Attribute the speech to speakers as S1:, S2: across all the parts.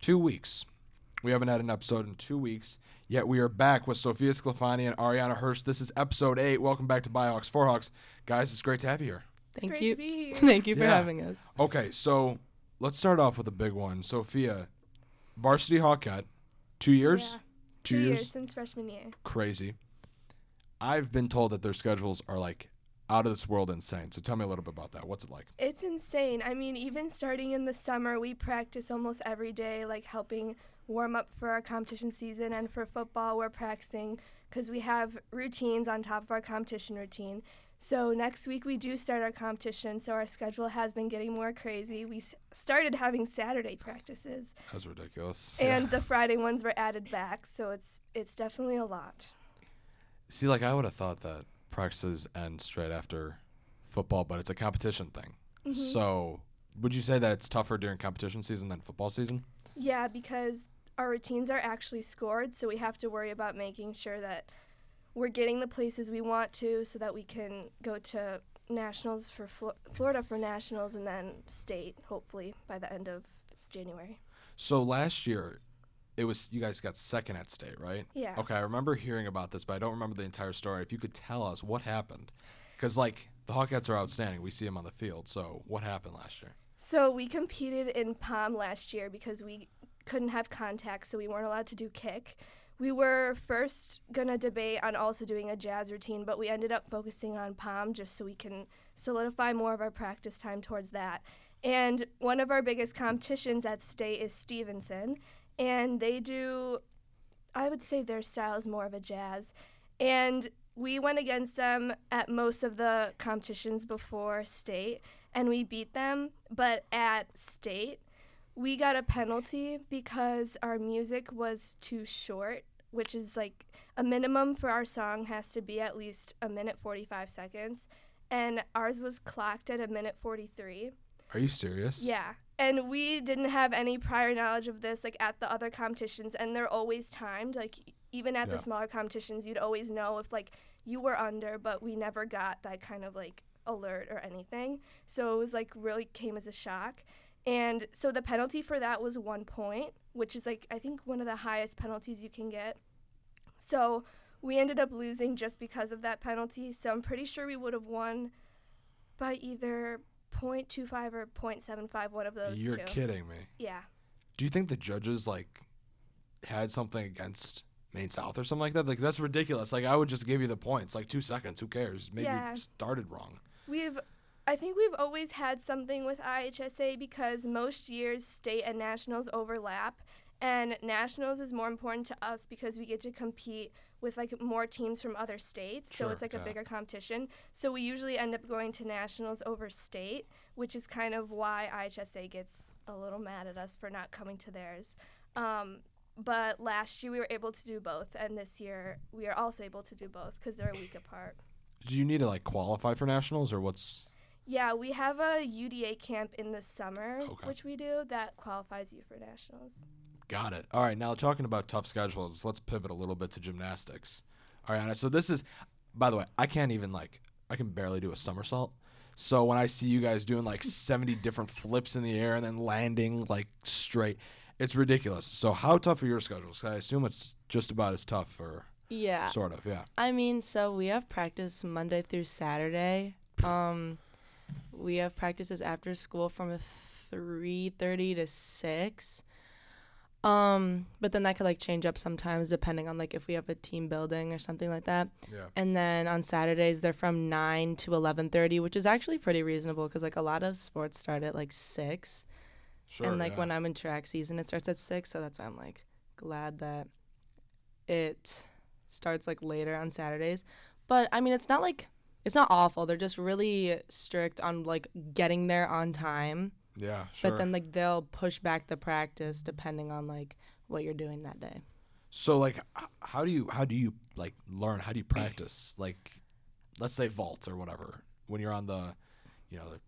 S1: Two weeks. We haven't had an episode in two weeks, yet we are back with Sophia Sclafani and Ariana Hirsch. This is episode eight. Welcome back to Biohawks, Four Hawks. Guys, it's great to have you here.
S2: Thank
S3: great
S2: you.
S3: to be here.
S2: Thank you for
S1: Yeah.
S2: having us.
S1: Okay, so let's start off with a big one. Sophia, varsity Hawkeye, two years?
S3: Yeah.
S1: Two, years.
S3: since freshman year.
S1: Crazy. I've been told that their schedules are like out of this world insane. So tell me a little bit about that. What's it like?
S3: It's insane. I mean, even starting in the summer, we practice almost every day, like helping warm up for our competition season. And for football, we're practicing because we have routines on top of our competition routine. So next week, we do start our competition. So our schedule has been getting more crazy. We s- started having Saturday practices,
S1: That's ridiculous.
S3: and the Friday ones were added back. So it's it's definitely a lot.
S1: See, like I would have thought that practices end straight after football, but it's a competition thing.
S3: Mm-hmm.
S1: So, would you say that it's tougher during competition season than football season?
S3: Yeah, because our routines are actually scored, so we have to worry about making sure that we're getting the places we want to so that we can go to nationals for Flo- Florida for nationals and then state, hopefully, by the end of January.
S1: So last year, it was you guys got second at state, right?
S3: Yeah.
S1: Okay, I remember hearing about this, but I don't remember the entire story. If you could tell us what happened, because like the Hawkettes are outstanding, we see them on the field. So what happened last year?
S3: So we competed in POM last year because we couldn't have contact, so we weren't allowed to do kick. We were first gonna debate on also doing a jazz routine, but we ended up focusing on POM just so we can solidify more of our practice time towards that. And one of our biggest competitions at state is Stevenson, and they do I would say their style is more of a jazz. And we went against them at most of the competitions before state, and we beat them. But at state, we got a penalty because our music was too short, which is like a minimum for our song has to be at least a minute 45 seconds. And ours was clocked at a minute 43.
S1: Are you serious?
S3: Yeah. And we didn't have any prior knowledge of this, like at the other competitions, and they're always timed. Like, e- even at
S1: Yeah.
S3: the smaller competitions, you'd always know if, like, you were under, but we never got that kind of, like, alert or anything. So it was, like, really came as a shock. And so the penalty for that was one point, which is, like, I think one of the highest penalties you can get. So we ended up losing just because of that penalty. So I'm pretty sure we would have won by either 0.25 or 0.75, one of those
S1: You're
S3: two.
S1: kidding me.
S3: Yeah.
S1: Do you think the judges like had something against Maine South or something like that? Like that's ridiculous. Like I would just give you the points. Like two seconds. Who cares? Maybe
S3: Yeah.
S1: you started wrong.
S3: We've, I think we've always had something with IHSA because most years state and nationals overlap, and nationals is more important to us because we get to compete with like more teams from other states,
S1: Sure,
S3: so it's like
S1: yeah.
S3: a bigger competition. So we usually end up going to nationals over state, which is kind of why IHSA gets a little mad at us for not coming to theirs. Um, but last year we were able to do both, and this year we are also able to do both because they're a week apart.
S1: Do you need to like qualify for nationals or what's?
S3: Yeah, we have a UDA camp in the summer,
S1: Okay.
S3: which we do that qualifies you for nationals.
S1: Got it. All right, now talking about tough schedules, let's pivot a little bit to gymnastics. Ariana, so this is, by the way, I can't even like, I can barely do a somersault. So when I see you guys doing like 70 different flips in the air and then landing like straight, it's ridiculous. So how tough are your schedules? 'Cause I assume it's just about as tough or
S2: Yeah.
S1: sort of, yeah.
S2: I mean, so we have practice Monday through Saturday. Um, we have practices after school from three thirty to six. Um, but then that could like change up sometimes depending on like if we have a team building or something like that.
S1: Yeah.
S2: And then on Saturdays they're from nine to eleven thirty, which is actually pretty reasonable because like a lot of sports start at like six.
S1: Sure.
S2: and like
S1: yeah.
S2: when I'm in track season, it starts at six, so that's why I'm like glad that it starts like later on Saturdays. But I mean, it's not like it's not awful. They're just really strict on like getting there on time.
S1: Yeah, sure.
S2: But then like they'll push back the practice depending on like what you're doing that day.
S1: So like, h- how do you how do you like learn? How do you practice? Like, let's say vault or whatever. When you're on the, you know, the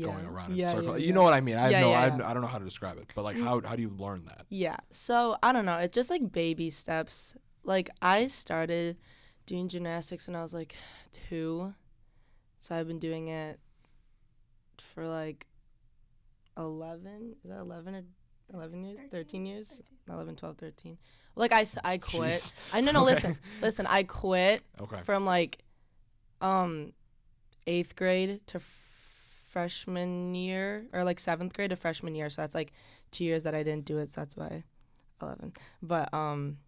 S2: Yeah.
S1: going around in
S2: Yeah,
S1: circle.
S2: yeah,
S1: You
S2: yeah.
S1: know what I mean? I have
S2: Yeah,
S1: no,
S2: yeah,
S1: I, have
S2: yeah.
S1: no- I don't know how to describe it. But like, how how do you learn that?
S2: Yeah. So I don't know. It's just like baby steps. Like I started doing gymnastics when I was like two. So I've been doing it for like eleven. Is that eleven or 11 years,
S3: 13,
S2: 13 years, 11, 12, 13. Like I, s- I quit.
S1: Jeez.
S2: I no no
S1: Okay.
S2: listen listen I quit
S1: Okay.
S2: from like um eighth grade to freshman year or like seventh grade to freshman year so that's like two years that i didn't do it so that's why 11 but um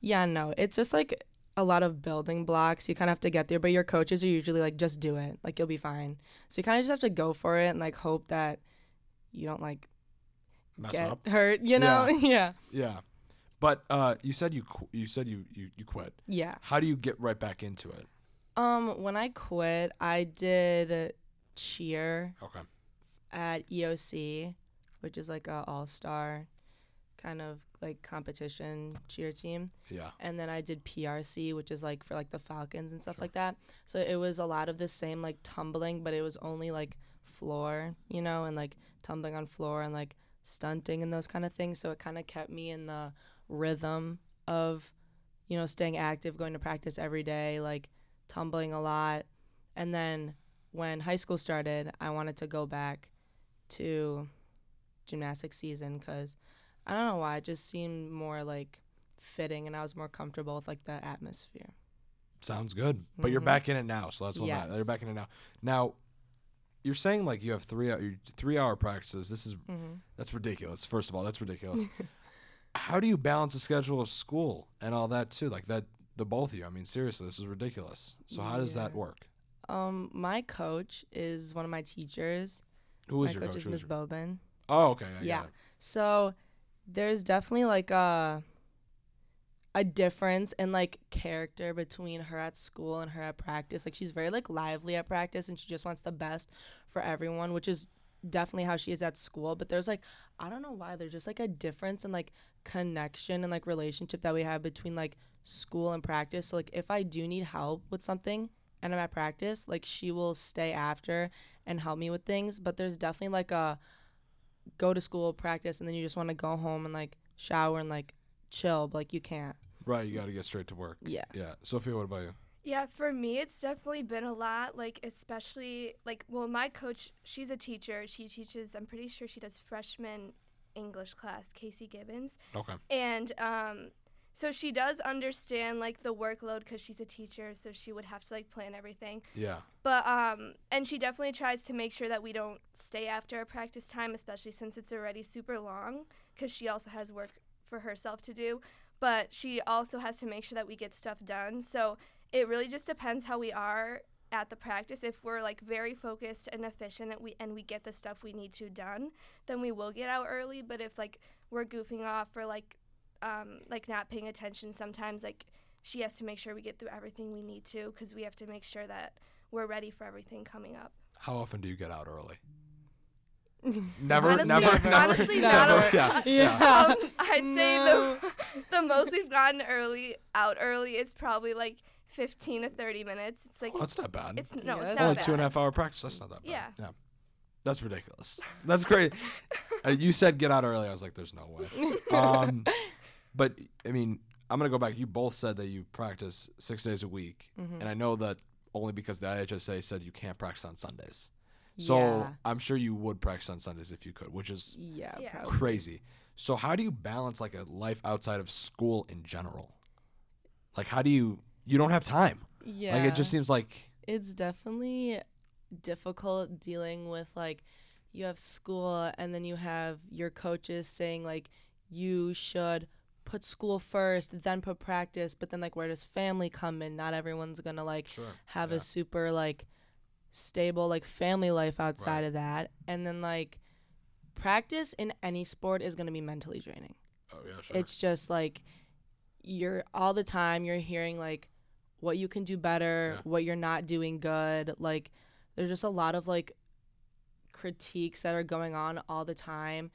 S2: yeah no it's just like a lot of building blocks you kind of have to get there but your coaches are usually like just do it like you'll be fine so you kind of just have to go for it and like hope that you don't like
S1: Mess
S2: get
S1: up.
S2: hurt you know
S1: Yeah.
S2: yeah
S1: Yeah. But uh, you said you qu- you said you, you you quit.
S2: yeah
S1: How do you get right back into it?
S2: Um, when I quit, I did cheer
S1: Okay.
S2: at EOC, which is like a all star kind of like competition cheer team,
S1: Yeah.
S2: and then I did PRC, which is like for like the Falcons and stuff like that. So it was a lot of the same like tumbling, but it was only like floor, you know, and like tumbling on floor and like stunting and those kind of things. So it kind of kept me in the rhythm of, you know, staying active, going to practice every day, like tumbling a lot. And then when high school started, I wanted to go back to gymnastics season because I don't know why it just seemed more like fitting and I was more comfortable with like the atmosphere.
S1: Sounds good. But you're
S2: Mhm.
S1: back in it now, so that's what matters. You're
S2: Yes.
S1: back in it now. Now, you're saying like you have three hour, three hour practices. This is
S2: Mm-hmm.
S1: that's ridiculous. First of all, that's ridiculous. How do you balance the schedule of school and all that too? Like that, the both of you. I mean, seriously, this is ridiculous. So how does that
S2: Yeah.
S1: work?
S2: Um, my coach is one of my teachers.
S1: Who is
S2: my
S1: your
S2: coach,
S1: coach?
S2: is
S1: Who is
S2: Ms.
S1: your-
S2: Bobin.
S1: Oh, okay. I
S2: Yeah.
S1: Got it.
S2: So there's definitely like a a difference in like character between her at school and her at practice. Like she's very like lively at practice and she just wants the best for everyone, which is definitely how she is at school, but there's like I don't know why there's just like a difference in like connection and like relationship that we have between like school and practice. So like if I do need help with something and I'm at practice, like she will stay after and help me with things, but there's definitely like a go to school, practice, and then you just want to go home and like shower and like chill, but like you can't.
S1: Right. You got to get straight to work.
S2: Yeah.
S1: Yeah. Sophia, what about you?
S3: Yeah, for me, it's definitely been a lot. Like, especially, like, well, my coach, she's a teacher. She teaches, I'm pretty sure she does freshman English class, Casey Gibbons.
S1: Okay.
S3: And um, so she does understand, like, the workload because she's a teacher. So she would have to, like, plan everything.
S1: Yeah.
S3: But, um, and she definitely tries to make sure that we don't stay after our practice time, especially since it's already super long because she also has work for herself to do. But she also has to make sure that we get stuff done. So it really just depends how we are at the practice. If we're like very focused and efficient and we, and we get the stuff we need to done, then we will get out early. But if like we're goofing off or like, um, like not paying attention sometimes, like she has to make sure we get through everything we need to because we have to make sure that we're ready for everything coming up.
S1: How often do you get out early? Never,
S3: Honestly,
S1: never,
S2: never.
S1: never,
S3: Honestly,
S1: never.
S3: not
S2: a
S1: Yeah,
S2: lot.
S1: yeah.
S3: Um, I'd say the the most we've gotten early out early is probably like 15 to 30 minutes. It's like
S1: Oh, That's not bad.
S3: it's no,
S2: Yeah,
S3: it's
S2: that's
S3: not
S1: Only
S3: bad.
S1: two and a half hour practice. That's not that bad.
S3: Yeah.
S1: Yeah. That's ridiculous. That's great. uh, you said get out early. I was like, there's no way. Um, but I mean, I'm gonna go back. You both said that you practice six days a week, and I know that only because the IHSA said you can't practice on Sundays. So
S2: yeah.
S1: I'm sure you would practice on Sundays if you could, which is
S2: Yeah,
S3: Yeah.
S2: probably.
S1: crazy. So how do you balance like a life outside of school in general? Like how do you you don't have time.
S2: Yeah.
S1: Like it just seems like
S2: it's definitely difficult dealing with like you have school and then you have your coaches saying like you should put school first then put practice but then like where does family come in not everyone's gonna like
S1: sure.
S2: have
S1: Yeah.
S2: a super like stable like family life outside
S1: Right.
S2: of that and then like practice in any sport is gonna be mentally draining
S1: Oh yeah, sure.
S2: it's just like you're all the time you're hearing like what you can do better,
S1: Yeah.
S2: what you're not doing good. Like there's just a lot of like critiques that are going on all the time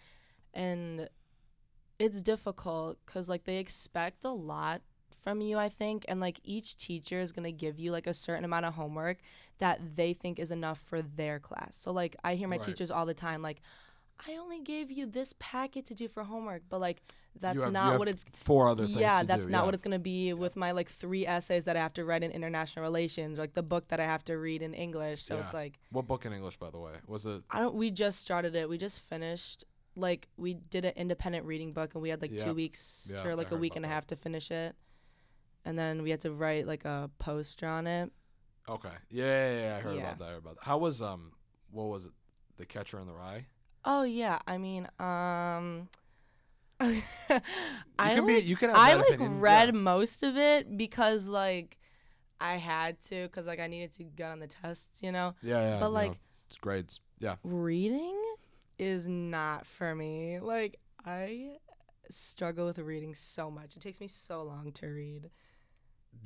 S2: and it's difficult cuz like they expect a lot from you I think and like each teacher is going to give you like a certain amount of homework that they think is enough for their class. So like I hear my
S1: Right.
S2: teachers all the time like I only gave you this packet to do for homework, but like that's
S1: You have- you
S2: not
S1: have
S2: what it's
S1: four other things.
S2: yeah,
S1: to
S2: that's
S1: do,
S2: not
S1: yeah.
S2: what it's gonna be with my like three essays that I have to write in international relations, or, like the book that I have to read in English. So
S1: Yeah.
S2: it's like
S1: What book in English, by the way, was it?
S2: I don't. We just started it. We just finished like we did an independent reading book and we had like
S1: Yeah.
S2: two weeks
S1: Yeah,
S2: or
S1: I
S2: like a
S1: heard
S2: week
S1: about
S2: and a
S1: that.
S2: half to finish it. And then we had to write like a poster on it.
S1: Okay. Yeah, yeah, yeah, I heard
S2: Yeah.
S1: about that. I heard about that. How was um what was it? The catcher in the rye?
S2: Oh yeah, I mean, um I
S1: You can
S2: like-
S1: be you can have
S2: I
S1: that
S2: like
S1: opinion.
S2: read
S1: yeah.
S2: most of it because like I had to because like I needed to get on the tests, you know.
S1: Yeah, yeah.
S2: but
S1: no,
S2: like
S1: it's grades. Yeah.
S2: reading is not for me. Like I struggle with reading so much. It takes me so long to read.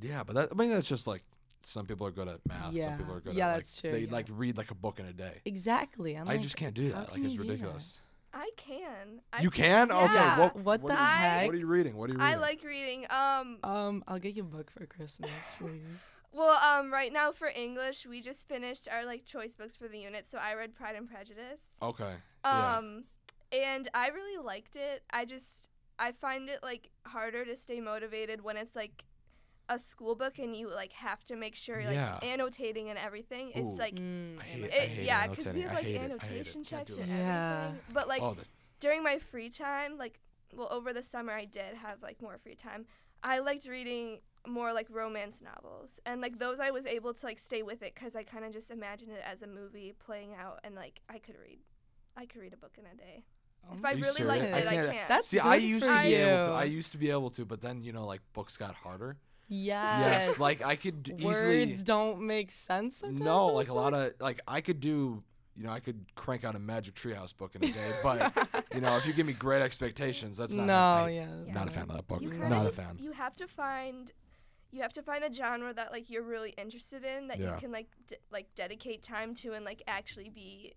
S1: Yeah, but that I mean that's just like some people are good at math, some
S2: Yeah.
S1: people are good
S2: Yeah,
S1: at like
S2: that's true,
S1: they
S2: yeah.
S1: like read like a book in a day.
S2: Exactly. I'm
S1: I
S2: like,
S1: just can't do
S2: how
S1: that. Like
S2: can
S1: it's
S2: you do that?
S1: ridiculous.
S3: I can. I
S1: You can?
S3: Yeah.
S1: Okay. What,
S2: What the
S1: are you-
S2: heck?
S1: What are you reading? What are you reading?
S3: I like reading. Um,
S1: Uh,
S2: Um, I'll get you a book for Christmas, please.
S3: well, um, right now for English, we just finished our like choice books for the unit, so I read Pride and Prejudice.
S1: Okay. yeah.
S3: Um, and I really liked it. I just I find it like harder to stay motivated when it's like a school book and you like have to make sure like
S1: Yeah.
S3: annotating and everything. It's
S1: Ooh.
S3: like
S2: Mm.
S1: I hate, I
S3: it,
S1: hate
S3: yeah, because
S1: annotating.
S3: we have
S1: I
S3: like
S1: hate it. I hate it.
S3: annotation
S1: Can't
S3: checks
S1: do
S3: and
S1: that.
S2: Yeah.
S3: everything. But like
S1: Oh, the-
S3: during my free time, like well over the summer I did have like more free time. I liked reading more like romance novels and like those I was able to like stay with it cuz I kind of just imagined it as a movie playing out and like I could read I could read a book in a day.
S2: Oh
S3: If
S2: my
S3: I
S1: Are you
S3: really liked
S1: serious?
S3: it,
S1: I
S3: I can't.
S1: can't-
S2: That's
S1: See, I
S2: good
S1: used to
S2: for
S1: be able to.
S2: you.
S1: I used to be able to, but then you know, like books got harder.
S2: Yes.
S1: Yes, like I could d-
S2: words
S1: easily.
S2: don't make sense. Sometimes
S1: No,
S2: in
S1: like
S2: those
S1: a lot
S2: books.
S1: of like I could do. You know, I could crank out a Magic Treehouse book in a day, but you know, if you give me great expectations, that's not.
S2: no,
S1: I,
S2: yeah, that's
S1: Not a
S2: not-
S1: fan of that book.
S3: you
S2: Mm.
S3: kind
S1: Not
S3: of
S1: a
S3: just
S1: fan.
S3: you have to find you have to find a genre that like you're really interested in that
S1: Yeah.
S3: you can like de- like dedicate time to and like actually be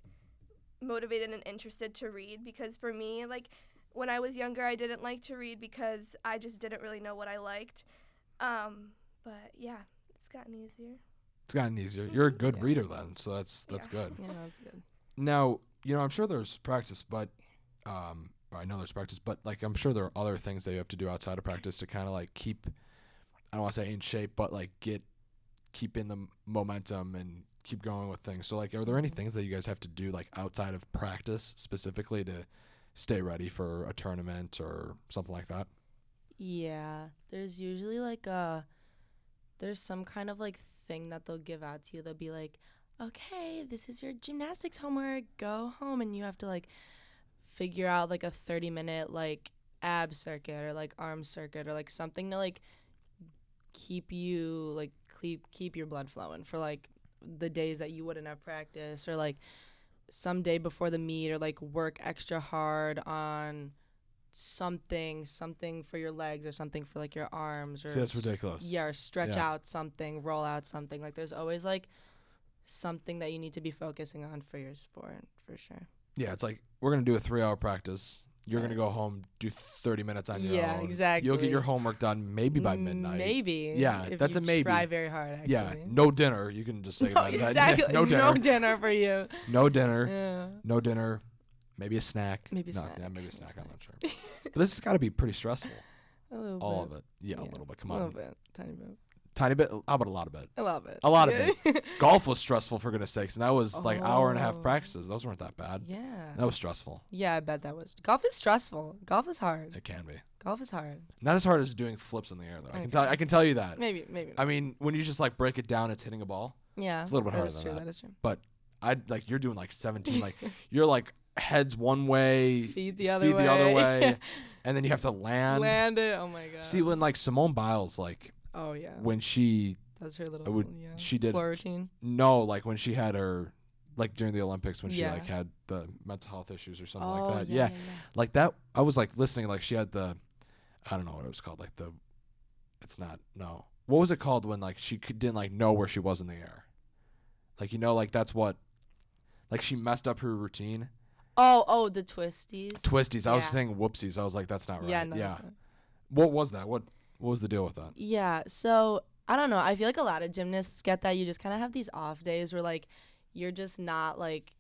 S3: motivated and interested to read because for me like when I was younger I didn't like to read because I just didn't really know what I liked um but yeah it's gotten easier
S1: It's gotten easier. You're a good
S2: Yeah.
S1: reader then, so that's that's good.
S2: Yeah, that's good.
S1: Now, you know, I'm sure there's practice, but um, or I know there's practice, but like I'm sure there are other things that you have to do outside of practice to kind of like keep. I don't want to say in shape, but like get keep in the m- momentum and keep going with things. So like, are there any things that you guys have to do like outside of practice specifically to stay ready for a tournament or something like that?
S2: Yeah, there's usually like a there's some kind of like thing that they'll give out to you. They'll be like, "Okay, this is your gymnastics homework. Go home and you have to like figure out like a 30 minute like ab circuit or like arm circuit or like something to like keep you like keep keep your blood flowing for like the days that you wouldn't have practice or like some day before the meet or like work extra hard on something something for your legs or something for like your arms or
S1: See, that's ridiculous.
S2: yeah, or stretch
S1: Yeah.
S2: out something, roll out something. Like there's always like something that you need to be focusing on for your sport for sure.
S1: Yeah, it's like we're gonna do a three-hour practice. You're
S2: Right.
S1: gonna go home, do 30 minutes on your
S2: Yeah,
S1: own. You'll get
S2: exactly. Mm,
S1: your homework done maybe by midnight.
S2: Maybe.
S1: Yeah,
S2: if
S1: that's
S2: you
S1: a maybe.
S2: Try very hard. Actually.
S1: Yeah, no dinner. You can just say
S2: No,
S1: goodbye to that.
S2: exactly.
S1: no dinner. No,
S2: for you.
S1: dinner.
S2: Yeah.
S1: No dinner. Maybe a snack.
S2: Maybe a
S1: no,
S2: snack,
S1: Yeah, maybe a
S2: maybe a
S1: snack. I'm not sure. but this has got to be pretty stressful.
S2: A little
S1: All
S2: bit.
S1: of it. Yeah, a
S2: Yeah.
S1: little bit. Come
S2: A little
S1: on.
S2: bit. Tiny bit.
S1: Tiny bit. How about a lot of it?
S2: A lot of it.
S1: A lot of
S2: it.
S1: Golf was stressful for goodness sakes, and that was like hour and a half
S2: Oh.
S1: practices. Those weren't that bad.
S2: yeah.
S1: That was stressful.
S2: Yeah, I bet that was. Golf is stressful. Golf is hard.
S1: It can be.
S2: Golf is hard.
S1: Not as hard as doing flips in the air though. I
S2: Okay.
S1: can tell. I can tell you that.
S2: Maybe, maybe.
S1: I mean, when you just like break it down, it's hitting a ball.
S2: yeah.
S1: it's a little bit harder
S2: That
S1: than
S2: is true.
S1: that.
S2: That is true.
S1: But I like you're doing like 17. Like you're like heads one way,
S2: Feed the other
S1: feet
S2: way.
S1: the other way, and then you have to land.
S2: Land it. Oh my god.
S1: See when like Simone Biles, like
S2: Oh yeah,
S1: when she
S2: that's her little.
S1: I would-
S2: fl- yeah.
S1: she did
S2: floor routine.
S1: no, like when she had her, like during the Olympics when
S2: Yeah.
S1: she like had the mental health issues or something
S2: oh
S1: like that.
S2: yeah,
S1: Yeah. like that. I was like listening, like she had the, I don't know what it was called, like the, it's not no. What was it called when like she could, didn't like know where she was in the air, like you know like that's what, like she messed up her routine.
S2: Oh oh, the twisties.
S1: Twisties. I was
S2: Yeah.
S1: saying whoopsies. I was like that's not right.
S2: Yeah,
S1: Yeah.
S2: no, that's not-
S1: What was that? What what was the deal with that?
S2: yeah. So I don't know. I feel like a lot of gymnasts get that. You just kind of have these off days where like you're just not like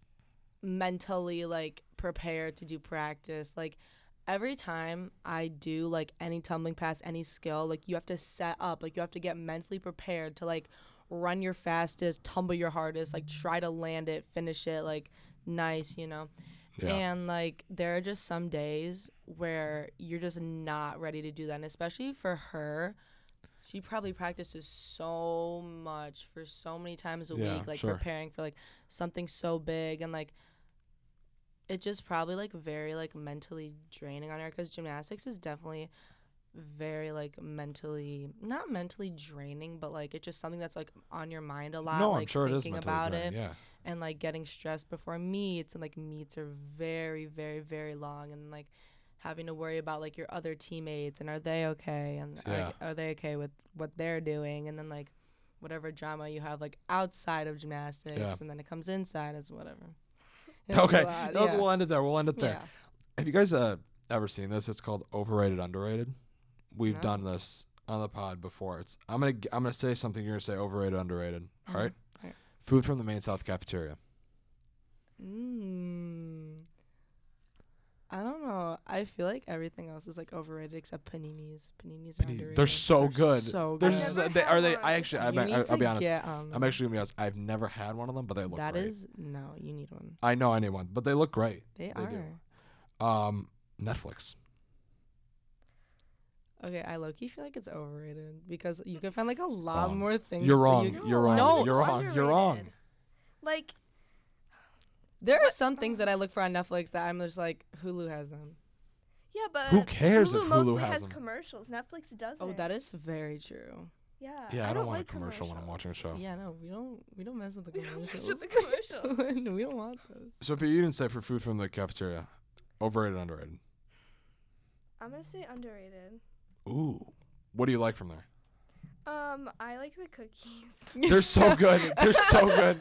S2: mentally like prepared to do practice. Like every time I do like any tumbling pass, any skill, like you have to set up. Like you have to get mentally prepared to like run your fastest, tumble your hardest, like try to land it, finish it, like nice, you know.
S1: Yeah.
S2: And like there are just some days where you're just not ready to do that. And especially for her, she probably practices so much for so many times a
S1: Yeah,
S2: week, like
S1: sure.
S2: preparing for like something so big and like it just probably like very like mentally draining on her because gymnastics is definitely very like mentally not mentally draining but like it's just something that's like on your mind a lot
S1: no,
S2: like
S1: I'm sure it is
S2: thinking
S1: mentally
S2: about
S1: draining,
S2: it
S1: Yeah.
S2: and like getting stressed before meets and like meets are very very very long and like having to worry about like your other teammates and are they okay and
S1: Yeah.
S2: like, are they okay with what they're doing and then like whatever drama you have like outside of gymnastics
S1: Yeah.
S2: and then it comes inside as whatever It's a
S1: Okay.
S2: lot,
S1: No,
S2: yeah.
S1: We'll end it there. We'll end it there.
S2: Yeah.
S1: Have you guys uh, ever seen this? It's called overrated, underrated. We've
S2: No.
S1: done this on the pod before. It's I'm gonna g- I'm gonna say something. You're gonna say overrated, underrated. All
S2: Mhm.
S1: right.
S2: All right.
S1: Food from the main South cafeteria.
S2: Mm. I don't know. I feel like everything else is like overrated except paninis. Paninis, are
S1: Paninis- they're
S2: underrated.
S1: so good.
S2: So
S1: They're
S2: good.
S1: just,
S3: never
S1: uh, they,
S3: had
S1: are they?
S3: one.
S1: I actually I,
S2: You
S1: I,
S2: need
S1: I'll
S2: to
S1: be honest.
S2: get um, on
S1: I'm actually gonna be honest. I've never had one of them, but they look
S2: That
S1: great.
S2: is no, you need one.
S1: I know I need one, but they look great.
S2: They,
S1: They
S2: are.
S1: do. Um, Netflix.
S2: Okay, I low key feel like it's overrated because you can find like a lot
S1: Wrong.
S2: more things.
S1: You're
S2: that
S1: wrong.
S2: you-
S1: You're
S3: No,
S1: wrong.
S2: no,
S1: you're wrong. You're wrong.
S3: underrated. Like
S2: there are some things
S3: Um.
S2: that I look for on Netflix that I'm just like Hulu has them.
S3: yeah, but
S1: Who cares
S3: Hulu
S1: if Hulu
S3: mostly
S1: has
S3: has
S1: them?
S3: commercials. Netflix doesn't.
S2: Oh, that is very true.
S3: yeah.
S1: Yeah, I, don't, want
S3: like
S1: a commercial when I'm watching a
S3: commercials.
S1: show.
S2: Yeah, no, we don't we don't mess with the
S3: We don't mess
S2: commercials.
S3: with the commercials.
S2: we don't want those.
S1: Sophia, you didn't say for food from the cafeteria. Overrated, underrated.
S3: I'm gonna say underrated.
S1: Ooh. What do you like from there?
S3: Um, I like the cookies.
S1: They're so good. They're so good.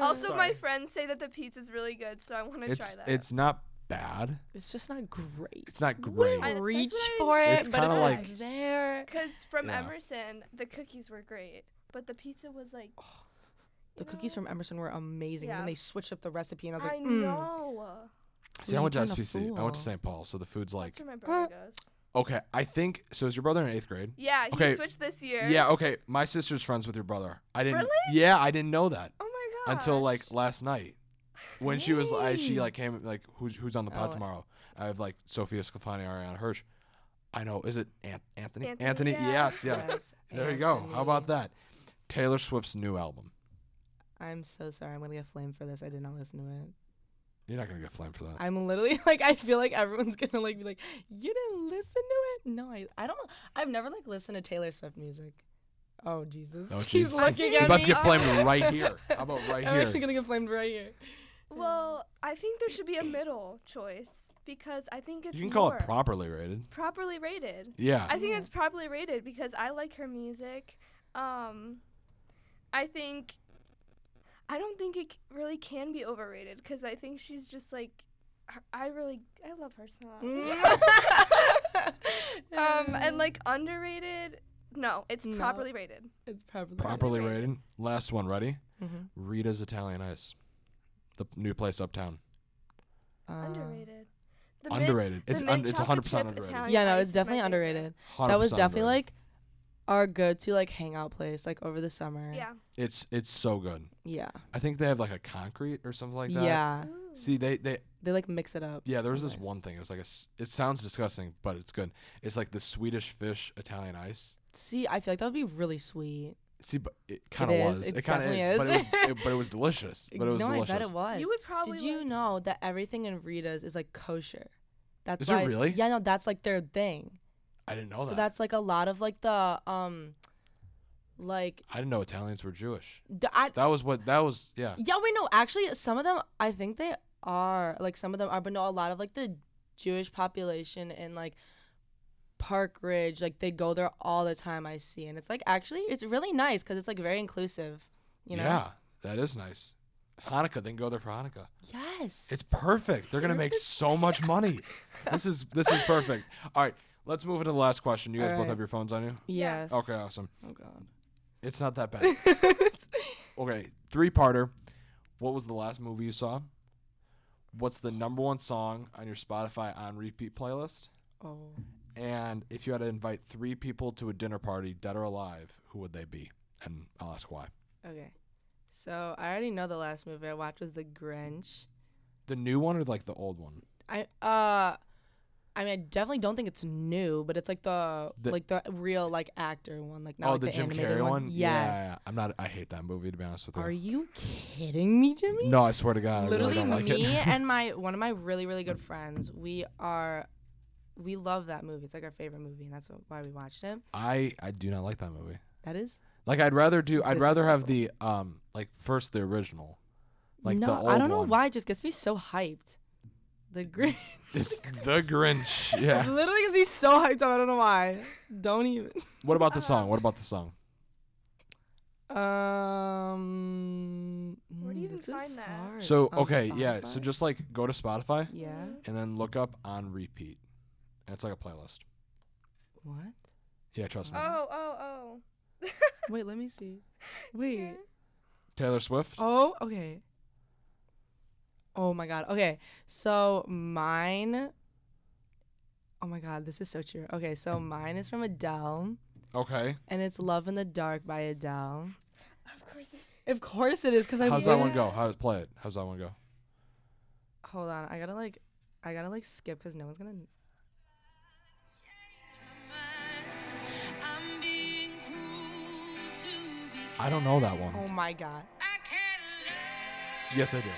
S3: also,
S1: Sorry.
S3: my friends say that the pizza's really good, so I want to try
S1: It's
S3: that.
S1: it's not bad.
S2: It's just not great.
S1: It's not
S2: We
S1: great.
S3: I- that's
S2: reach
S3: what I
S2: for it,
S1: It's
S2: but
S1: kinda
S2: it's
S1: like-
S2: there.
S3: because from
S1: Yeah.
S3: Emerson, the cookies were great, but the pizza was like.
S2: The
S3: you know
S2: cookies
S3: what?
S2: from Emerson were amazing, and
S3: Yeah.
S2: then they switched up the recipe, and I
S3: I,
S2: was like, mm.
S3: know.
S1: See, I
S2: You're
S1: went to
S2: kinda
S1: SPC. I went to
S2: fool.
S1: St. Paul, so the food's like
S3: That's where my brother goes.
S1: okay. I think so. Is your brother in eighth grade?
S3: Yeah, he
S1: okay.
S3: switched this year.
S1: Yeah. Okay. My sister's friends with your brother. I didn't.
S3: Really?
S1: Yeah, I didn't know that
S3: Oh my god.
S1: until like last night when she was like she
S2: Dang.
S1: like came like who's who's on the pod
S2: Oh.
S1: tomorrow. I have like Sophia Sclafani, Ariana Hirsch. I know. Is it An- Anthony?
S3: Anthony, yeah.
S1: Yes. Yeah.
S2: Yes,
S1: There you go. How about
S2: Anthony.
S1: that? Taylor Swift's new album.
S2: I'm so sorry. I'm gonna get flamed for this. I did not listen to it.
S1: You're not gonna get flamed for that.
S2: I'm literally like, I feel like everyone's gonna like be like, you didn't listen to it? No, I, I don't. I've never like listened to Taylor Swift music. Oh Jesus!
S1: Oh,
S2: She's
S1: Jesus.
S2: looking
S3: You're
S2: at
S1: You're about to
S2: me.
S1: get flamed right here. How about right
S2: I'm
S1: here?
S2: actually gonna get flamed right here.
S3: Well, I think there should be a middle choice because I think it's
S1: you can call
S3: more
S1: it properly rated.
S3: properly rated.
S1: Yeah.
S3: I think
S2: Yeah.
S3: it's properly rated because I like her music. Um, I think I don't think it c- really can be overrated because I think she's just like her- I really I love her songs.
S2: Mm.
S3: um, and like underrated. No, it's
S2: No.
S3: properly rated.
S2: it's probably
S1: properly
S3: rated.
S1: rated. Last one, ready?
S2: Mhm.
S1: Rita's Italian Ice. The p- new place uptown.
S2: Uh,
S3: underrated. The mint-
S1: underrated.
S3: the
S1: it's
S3: mint
S1: un- it's
S3: chocolate
S1: 100%
S3: chip
S1: underrated.
S3: Italian
S2: Yeah, no,
S3: ice
S2: it's
S3: is my
S2: definitely
S3: favorite.
S2: underrated.
S1: 100%
S2: That was definitely
S1: underrated.
S2: like our go-to like hangout place like over the summer.
S3: Yeah.
S1: It's it's so good.
S2: Yeah.
S1: I think they have like a concrete or something like that.
S2: yeah.
S3: Ooh.
S1: See, they they
S2: They like mix it up.
S1: yeah, there was this
S2: sometimes.
S1: one thing. It was like a s- it sounds disgusting, but it's good. It's like the Swedish fish Italian ice.
S2: See, I feel like that would be really sweet.
S1: See, but it kind of
S2: is.
S1: was.
S2: It
S1: It, kind of
S2: definitely
S1: is, but it
S2: is.
S1: was it, but it was delicious. But it was
S2: no,
S1: delicious.
S2: I bet it was.
S3: You would probably.
S2: Did you
S3: like-
S2: know that everything in Rita's is like kosher? That's
S1: Is it
S2: why,
S1: really?
S2: Yeah, no, that's like their thing.
S1: I didn't know
S2: so
S1: that.
S2: that's like a lot of like the um, like
S1: I didn't know Italians were Jewish.
S2: the, I,
S1: That was what that was. Yeah.
S2: yeah wait no actually some of them I think they are like some of them are but no a lot of like the Jewish population in like Park Ridge like they go there all the time I see and it's like actually it's really nice because it's like very inclusive, you know.
S1: Yeah, that is nice. Hanukkah, then go there for Hanukkah.
S2: Yes.
S1: It's perfect. They're gonna make so much money. This is this is perfect. All right, let's move into the last question. You guys both
S2: Alright.
S1: have your phones on you.
S3: Yeah.
S2: yes.
S1: Okay, awesome.
S2: Oh God.
S1: It's not that bad. Okay, three parter. What was the last movie you saw? What's the number one song on your Spotify on repeat playlist?
S2: oh.
S1: And if you had to invite three people to a dinner party, dead or alive, who would they be? And I'll ask why.
S2: Okay. So I already know the last movie I watched was The Grinch.
S1: The new one or like the old one?
S2: I uh, I mean, I definitely don't think it's new, but it's like the,
S1: The-
S2: like the real like actor one, like not
S1: oh,
S2: like
S1: the,
S2: the,
S1: Jim
S2: animated
S1: Carrey one.
S2: Yes.
S1: Yeah, I'm not. I hate that movie to be honest with you.
S2: Are you kidding me, Jimmy?
S1: No, I swear to God, I really
S2: Literally,
S1: don't like
S2: me
S1: it.
S2: and my one of my really really good friends, we are, we love that movie. It's like our favorite movie, and that's why we watched it.
S1: I I do not like that movie.
S2: That is
S1: Like I'd rather do. I'd rather have the um like first the original. Like
S2: no,
S1: the old
S2: I don't know
S1: one.
S2: why. It just gets me so hyped. The Grinch.
S1: It's the Grinch. Yeah.
S2: Literally, because he's so hyped up. I don't know why. Don't even.
S1: What about the song? What about the song?
S2: Um.
S3: Where do
S2: mm,
S3: you even
S2: this is
S3: find that?
S2: hard.
S1: So
S2: On
S1: okay, yeah. So
S2: Spotify?
S1: just like go to Spotify
S2: yeah.
S1: and then look up on repeat, and it's like a playlist.
S2: What?
S1: Yeah, trust me.
S3: Oh, oh, oh.
S2: Wait, let me see. Wait.
S1: Taylor Swift.
S2: Oh, okay. Oh my god. Okay. So mine Oh my god, this is so true. Okay, so mine is from Adele
S1: Okay.
S2: and it's Love in the Dark by Adele.
S3: of course it is.
S2: Of course it is cuz I
S1: How's that one
S2: wouldn't-
S1: go? How play it? How's that one go?
S2: Hold on. I got to like I got to like skip cuz no one's going to
S1: I don't know that one.
S2: Oh my god.
S1: Yes, I do.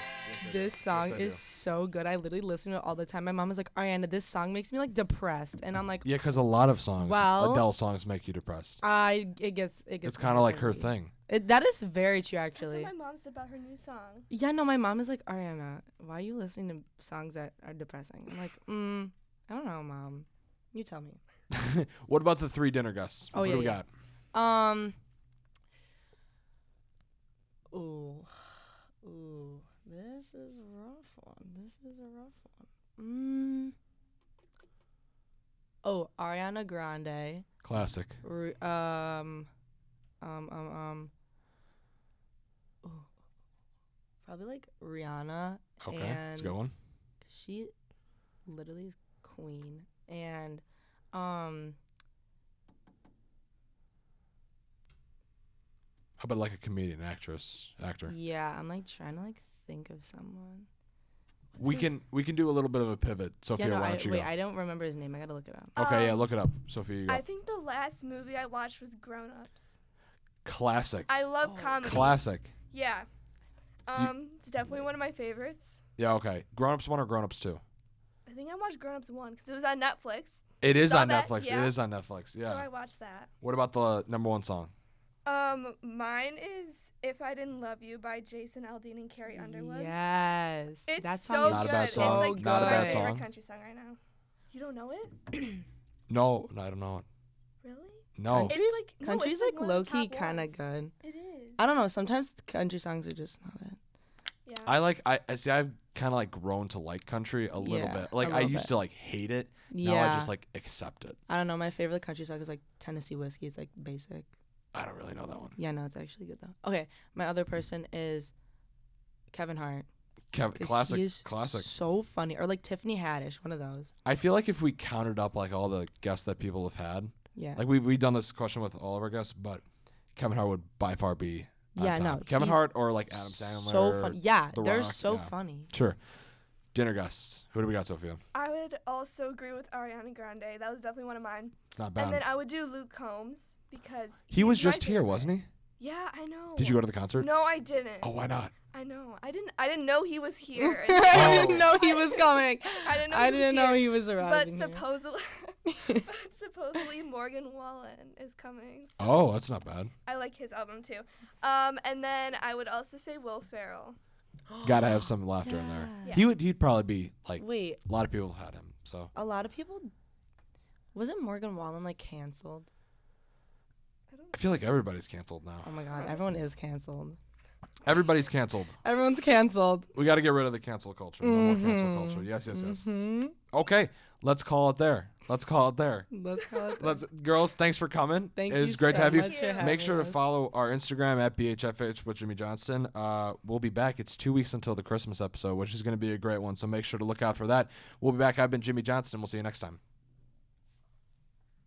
S2: This song
S1: I
S2: is
S1: do.
S2: so good. I literally listen to it all the time. My mom is like, "Ariana, this song makes me like depressed." And I'm like,
S1: Yeah, because a lot of songs,
S2: Well-
S1: Adele songs, make you depressed.
S2: "I it gets it gets
S1: It's
S2: me
S1: kind of like her
S2: heavy."
S1: thing.
S2: It, that is very true
S3: That's
S2: actually.
S3: what my mom said about her new song.
S2: Yeah, no, my mom is like, Ariana, why are you listening to songs that are depressing? I'm like, mm, I don't know, mom. You tell me.
S1: What about the three dinner guests?
S2: Oh,
S1: what
S2: yeah,
S1: do we
S2: yeah.
S1: got?
S2: Um. Ooh, ooh, this is a rough one. This is a rough one. Mm. Oh, Ariana Grande.
S1: Classic.
S2: Ru- um, um, um, um. Ooh. Probably like Rihanna
S1: Okay, let's
S2: And-
S1: go one.
S2: she literally is queen and um
S1: How about like a comedian, actress, actor?
S2: yeah i'm like trying to like think of someone
S1: we can we can do a little bit of a pivot. Sophia,
S2: yeah no
S1: why
S2: I,
S1: don't you
S2: wait
S1: go?
S2: i don't remember his name i gotta look it up
S1: okay, yeah,
S3: Um,
S1: look it up. Sophia, you go.
S3: I think the last movie I watched was Grown Ups.
S1: Classic.
S3: I love
S2: Oh.
S3: comedy.
S1: Classic.
S3: Yeah. Um, it's definitely one of my favorites.
S1: Yeah, okay. Grown ups one or grown ups two?
S3: I think I watched Grown Ups one because it was on Netflix,
S1: It is
S3: Saw
S1: on
S3: that,
S1: Netflix.
S3: yeah.
S1: It is on Netflix. Yeah.
S3: so I watched that.
S1: what about the number one song?
S3: Um, mine is "If I Didn't Love You" by Jason Aldean and Carrie Underwood.
S2: yes
S3: It's
S2: that song
S3: so
S2: is
S1: Not a
S3: good.
S1: bad
S3: It's
S1: song.
S3: like
S1: Not a
S3: my
S1: bad
S3: favorite
S1: song.
S3: country song right now. You don't know it?
S1: No, no, I don't know. it.
S3: Really?
S1: No.
S2: Country?
S3: It's like no,
S2: country's
S3: it's like,
S2: like,
S3: one of the
S2: low-key
S3: top
S2: kind of
S3: ones.
S2: good
S3: It is.
S2: i don't know sometimes country songs are just not it
S3: yeah.
S1: I like I I see I've kind of like grown to like country a little
S2: Yeah,
S1: bit. Like
S2: a
S1: I
S2: little
S1: used
S2: bit.
S1: to like hate it.
S2: yeah
S1: Now I just like accept it.
S2: i don't know my favorite country song is like tennessee whiskey it's like basic
S1: I don't really know that one.
S2: yeah no it's actually good though okay my other person is kevin hart
S1: Kev-
S2: 'Cause he
S1: classic
S2: is
S1: classic.
S2: So funny. Or like Tiffany Haddish, one of those.
S1: I feel like if we counted up like all the guests that people have had,
S2: Yeah.
S1: like we we've done this question with all of our guests, but Kevin Hart would by far be on
S2: Yeah, no,
S1: top. Kevin
S2: he's
S1: Hart or like Adam Sandler.
S2: So funny. Yeah,
S1: The
S2: they're
S1: Rock,
S2: so
S1: yeah.
S2: funny.
S1: Sure. Dinner guests. Who do we got, Sophia?
S3: I would also agree with Ariana Grande. That was definitely one of mine.
S1: It's not
S3: And then
S1: bad.
S3: I would do Luke Combs because
S1: He was just here, wasn't he?
S3: Yeah, I know.
S1: Did you go to the concert?
S3: No, I didn't.
S1: Oh, why not?
S3: I know. I didn't. I didn't know he was here.
S2: I
S1: Oh.
S2: didn't know he was coming.
S3: I didn't know.
S2: I
S3: he was
S2: didn't know
S3: here.
S2: he was
S3: But
S2: arriving. here.
S3: supposedly, but supposedly Morgan Wallen is coming. So
S1: Oh, that's not bad.
S3: I like his album too. Um, and then I would also say Will Ferrell.
S1: Gotta have some laughter in there.
S3: Yeah.
S1: He would. He'd probably be like
S2: Wait,
S1: a lot of people had him. So
S2: a lot of people. Wasn't Morgan Wallen like canceled?
S1: I feel like everybody's canceled
S2: Oh
S1: now.
S2: my god, everyone is canceled.
S1: Everybody's canceled.
S2: Everyone's canceled.
S1: We got to get rid of the cancel culture. No more cancel
S2: Mm-hmm.
S1: culture. Yes, yes, yes.
S2: Hmm.
S1: Okay, let's call it there. Let's call it there.
S2: Let's call it. that.
S1: Let's, girls, thanks for coming.
S2: Thank
S1: it
S2: you.
S1: was great
S2: so
S1: to have you.
S2: much for having
S1: Make sure to
S2: us.
S1: follow our Instagram at BHFH with Jimmy Johnston. Uh, we'll be back. It's two weeks until the Christmas episode, which is going to be a great one. So make sure to look out for that. We'll be back. I've been Jimmy Johnston. We'll see you next time.